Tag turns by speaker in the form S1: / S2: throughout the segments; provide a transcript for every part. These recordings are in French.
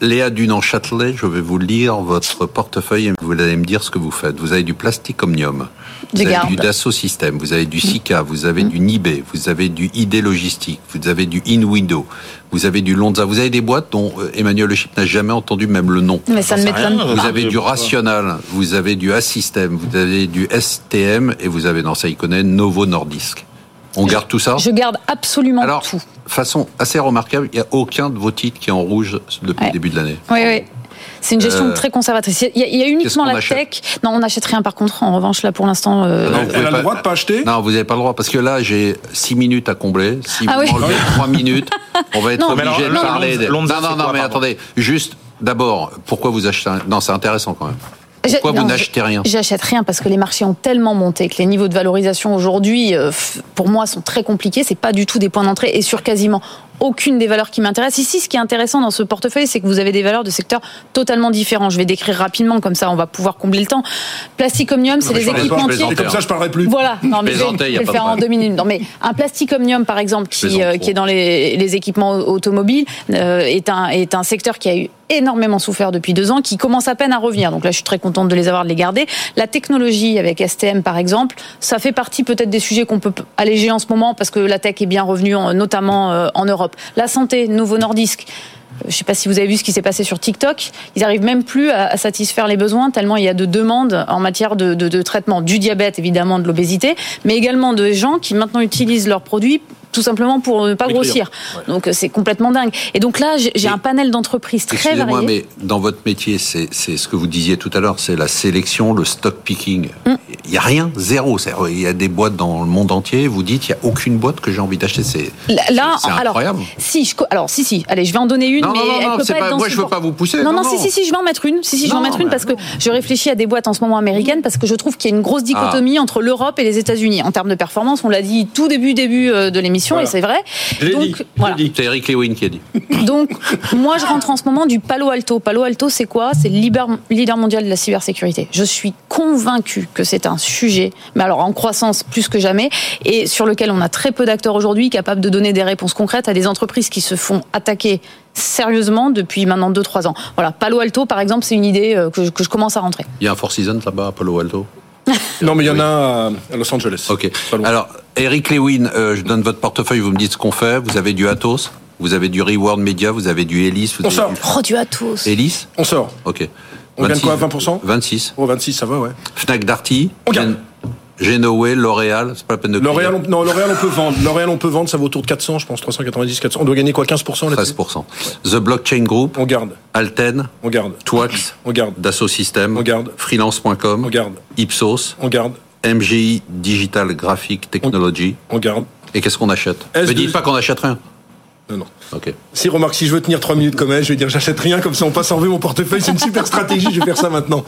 S1: Léa Dunant-Châtelet, je vais vous lire votre portefeuille et vous allez me dire ce que vous faites. Vous avez du plasticomnium,
S2: Du
S1: vous avez
S2: Garde. Mm.
S1: du Dassault Systèmes, vous avez du Sika, vous avez du Nibé, vous avez du ID Logistique, vous avez du InWindow, vous avez du Lonza, vous avez des boîtes dont euh, Emmanuel Le Chip n'a jamais entendu même le nom.
S2: Mais ça ne
S3: J'en sais
S2: m'étonne
S3: rien,
S2: pas.
S3: euh,
S1: Vous avez
S3: je-
S1: du Rational, vous avez du Assystem, vous avez du STM et vous avez dans ça, il connaît Novo Nordisk. On garde tout ça
S2: Je garde absolument
S1: Hein Alors,
S2: tout.
S1: façon assez remarquable, il n'y a aucun de vos titres qui est en rouge depuis
S2: Ouais.
S1: le début de l'année.
S2: Oui, oui. C'est une gestion
S1: Euh,
S2: très conservatrice. Il y a, il y a uniquement
S1: qu'on
S2: la
S1: achète
S2: tech. Non, on n'achète rien par contre. En revanche, là pour l'instant, euh,
S1: Ah non, vous
S3: Elle
S1: pouvez
S3: a
S1: pas-
S3: le droit de pas acheter
S1: Non, vous n'avez pas le droit, parce que là, j'ai 6 minutes à combler. Si
S2: Ah
S1: vous
S2: oui.
S1: m'enlevez 3 minutes, on va être
S2: Non, mais
S1: obligé
S3: alors,
S1: de
S3: non,
S1: parler.
S3: non,
S1: des-
S3: Lonza,
S1: non, non,
S3: c'est
S1: non,
S3: quoi,
S1: mais
S3: pardon
S1: attendez. Juste, d'abord, pourquoi vous achetez un... Non, c'est intéressant quand même.
S2: Je-
S1: Pourquoi
S2: non,
S1: vous
S2: je-
S1: n'achetez rien
S2: J'achète rien parce que les marchés ont tellement monté que les niveaux de valorisation aujourd'hui, euh, f- pour moi, sont très compliqués. C'est pas du tout des points d'entrée et sur quasiment aucune des valeurs qui m'intéressent. Ici, ce qui est intéressant dans ce portefeuille, c'est que vous avez des valeurs de secteurs totalement différents. Je vais décrire rapidement, comme ça, on va pouvoir combler le temps. Plasticomnium, c'est
S1: mais
S2: des
S1: je parlais
S3: Et
S1: pas, je
S2: équipementiers.
S1: plaisantais,
S3: comme ça, je parlerai plus.
S2: Voilà, non, mais je vais,
S1: plaisantais,
S2: je
S1: y a
S2: vais le
S1: pas de
S2: faire en
S1: problème.
S2: deux minutes. Non, mais un plasticomium, par exemple, qui,
S1: plaisante
S2: euh,
S1: trop.
S2: qui est dans les, les équipements automobiles, euh, est, un, est un secteur qui a eu énormément souffert depuis deux ans, qui commence à peine à revenir. Donc là, je suis très contente de les avoir, de les garder. La technologie avec STM, par exemple, ça fait partie peut-être des sujets qu'on peut p- alléger en ce moment parce que la tech est bien revenue, en- notamment euh, en Europe. La santé, nouveau Nordisk. Euh, Je ne sais pas si vous avez vu ce qui s'est passé sur TikTok. Ils arrivent même plus à à satisfaire les besoins tellement il y a de demandes en matière de, de- de traitement du diabète, évidemment, de l'obésité, mais également de gens qui maintenant utilisent leurs produits tout simplement pour ne pas
S3: Maigrir.
S2: grossir. Donc euh, c'est complètement dingue. Et donc là, j'ai j'ai
S1: Mais-
S2: un panel d'entreprises très
S1: Excusez-moi,
S2: varié.
S1: mais dans votre métier, c'est c'est ce que vous disiez tout à l'heure, c'est la sélection, le stock picking.
S2: Mm.
S1: Il n'y a rien, zéro. C'est-à-dire, Il y a des boîtes dans le monde entier, vous dites, il n'y a aucune boîte que j'ai envie d'acheter. C'est
S2: Là, là,
S1: c'est
S2: alors,
S1: incroyable.
S2: si, je, co- alors, si, si, allez, je vais en donner une,
S1: Non,
S2: mais
S1: non, non,
S2: elle
S1: non,
S2: peut
S1: c'est
S2: pas,
S1: pas-
S2: être dans
S1: moi,
S2: ce
S1: je veux
S2: por-
S1: pas vous pousser,
S2: Non,
S1: non,
S2: non,
S1: non.
S2: si, si, si, je vais en mettre une. Si, si, je vais en
S1: Non,
S2: mettre une
S1: mais
S2: parce que je réfléchis à des boîtes en ce moment américaines parce que je trouve qu'il y a une grosse dichotomie
S1: Ah.
S2: entre l'Europe et les États-Unis en termes de performance. On l'a dit tout début, début euh, de l'émission
S3: Voilà.
S2: et c'est vrai.
S3: Je l'ai dit, je
S2: Donc,
S3: l'ai
S2: voilà.
S3: dit.
S1: C'est Eric Lewin qui a dit.
S2: Donc, moi, je rentre en ce moment du Palo Alto. Palo Alto, c'est quoi C'est le leader, leader mondial de la cybersécurité. Je suis convaincue que c'est un sujet, mais alors en croissance plus que jamais, et sur lequel on a très peu d'acteurs aujourd'hui capables de donner des réponses concrètes à des entreprises qui se font attaquer sérieusement depuis maintenant 2-3 ans. Voilà, Palo Alto, par exemple, c'est une idée euh, que je, que je commence à rentrer.
S1: Il y a un Four Seasons là-bas, à Palo Alto.
S3: Non, mais il y en a un à Los Angeles.
S1: Ok.
S3: Pas loin.
S1: Alors, Eric Lewin, euh, je donne votre portefeuille, vous me dites ce qu'on fait. Vous avez du Atos, vous avez du Reward Media, vous avez du Elis. Vous
S3: On
S1: avez
S3: sort.
S1: du-
S2: Oh, du Atos
S1: Elis
S3: On sort.
S1: Ok.
S3: On gagne quoi, 20%
S1: 26.
S3: Oh, 26, ça va, ouais.
S1: Fnac Darty.
S3: On gagne.
S1: Gen- Genoa, L'Oréal, c'est pas la peine de
S3: L'Oréal,
S1: payer.
S3: on, non, L'Oréal, on peut vendre. L'Oréal, on peut vendre, ça vaut autour de 400, je pense, 390, 400. On doit gagner quoi, 15% là-dessus
S1: 13%. The Blockchain Group,
S3: On garde,
S1: Alten,
S3: on garde,
S1: Twax,
S3: on garde,
S1: Dassault Systèmes,
S3: On garde.
S1: Freelance.com,
S3: On garde.
S1: Ipsos,
S3: on garde,
S1: MGI Digital Graphic Technology.
S3: on garde.
S1: Et qu'est-ce qu'on achète
S3: S2.
S1: Ne dites pas qu'on achète rien.
S3: Non, non.
S1: Ok.
S3: Si, remarque, si je veux tenir 3 minutes comme elle, je vais dire j'achète rien, comme ça on passe en revue mon portefeuille, c'est une super stratégie, je vais faire ça maintenant.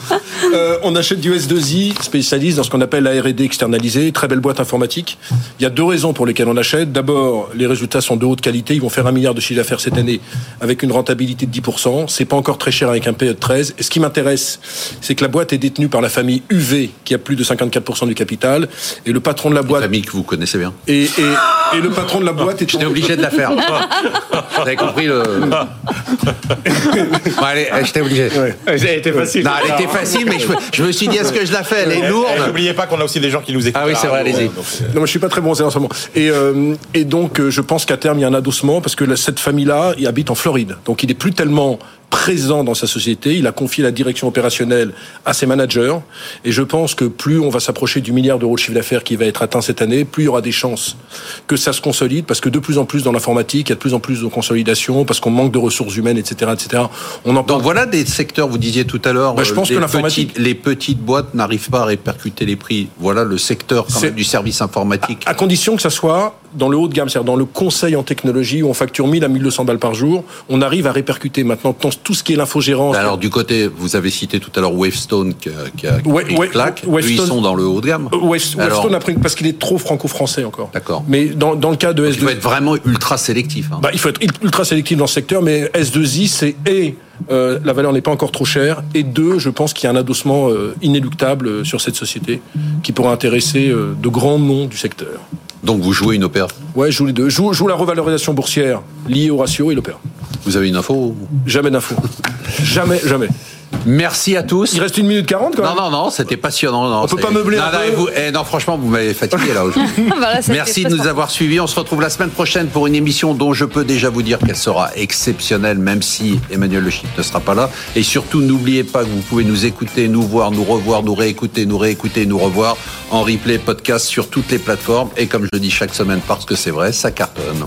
S3: Euh, on achète du S2I, spécialiste dans ce qu'on appelle la R&D externalisée, très belle boîte informatique. Il y a deux raisons pour lesquelles on achète. D'abord, les résultats sont de haute qualité, ils vont faire un milliard de chiffre d'affaires cette année avec une rentabilité de 10%, c'est pas encore très cher avec un PE de 13. Et ce qui m'intéresse, c'est que la boîte est détenue par la famille UV, qui a plus de 54% du capital, et le patron de la boîte...
S1: Famille que vous connaissez bien.
S3: Et, et, et le patron de la boîte est...
S1: J'étais obligé de la faire. Vous avez compris le. Bon, allez, euh, j'étais obligé.
S3: Ouais.
S4: Elle était facile.
S1: Non, elle était facile, mais je, me- je me suis dit, est-ce que je la fais Elle est
S4: Et
S1: lourde.
S4: eh, N'oubliez pas qu'on a aussi des gens qui nous écoutent.
S1: Ah oui, c'est vrai, allez-y.
S3: Non, mais je suis pas très bon en ce moment. Et, euh, et donc, euh, je pense qu'à terme, il y a un adossement parce que la- cette famille-là, il habite en Floride. Donc, il n'est plus tellement présent dans sa société. Il a confié la direction opérationnelle à ses managers. Et je pense que plus on va s'approcher du milliard d'euros de chiffre d'affaires qui va être atteint cette année, plus il y aura des chances que ça se consolide parce que de plus en plus dans l'informatique, il y a de plus en plus de consolidation parce qu'on manque de ressources humaines, etc., etc. On en
S1: Donc
S3: parle.
S1: voilà des secteurs, vous disiez tout à l'heure,
S3: Bah, je
S1: euh,
S3: pense
S1: les
S3: que l'informatique-
S1: petites- les petites boîtes n'arrivent pas à répercuter les prix. Voilà le secteur quand
S3: C'est- Ah,
S1: même du service informatique.
S3: À condition que ça soit dans le haut de gamme, c'est-à-dire dans le conseil en technologie où on facture 1000 à 1200 balles par jour, on arrive à répercuter maintenant dans tout ce qui est l'infogérance.
S1: Alors du côté, vous avez cité tout à l'heure Wavestone qui a, qui a qui a
S3: Ouais,
S1: pris une
S3: ouais,
S1: claque. Eux,
S3: Wavestone-
S1: ils sont dans le haut de gamme.
S3: Euh, West-
S1: Alors,
S3: Weston a pris- parce qu'il est trop franco-français encore.
S1: D'accord.
S3: Mais dans, dans le cas de
S1: il faut
S3: S2,
S1: être vraiment ultra sélectif. hein.
S3: bah, il faut être ultra sélectif dans ce secteur, mais S2I, c'est et euh, la valeur n'est pas encore trop chère, et deux, je pense qu'il y a un adossement euh, inéluctable euh, sur cette société qui pourra intéresser euh, de grands noms du secteur.
S1: Donc vous jouez une opéra.
S3: Ouais, je joue les deux. Je joue, je joue la revalorisation boursière liée au ratio et l'opéra.
S1: Vous avez une info
S3: Jamais d'infos. jamais, jamais.
S1: Merci à tous.
S3: Il reste une minute 40 quand
S1: Non,
S3: même.
S1: non, non, c'était passionnant. Non,
S3: On peut
S1: c'est-
S3: pas meubler
S1: Non,
S3: un
S1: non,
S3: peu
S1: et vous- eh, non, franchement, vous m'avez fatigué là aujourd'hui.
S2: Voilà, ça a été
S1: Merci de
S2: très
S1: nous avoir suivis. On se retrouve la semaine prochaine pour une émission dont je peux déjà vous dire qu'elle sera exceptionnelle, même si Emmanuel Le Chip ne sera pas là. Et surtout, n'oubliez pas que vous pouvez nous écouter, nous voir, nous revoir, nous réécouter, nous réécouter, nous revoir en replay, podcast sur toutes les plateformes. Et comme je dis chaque semaine, parce que c'est vrai, ça cartonne.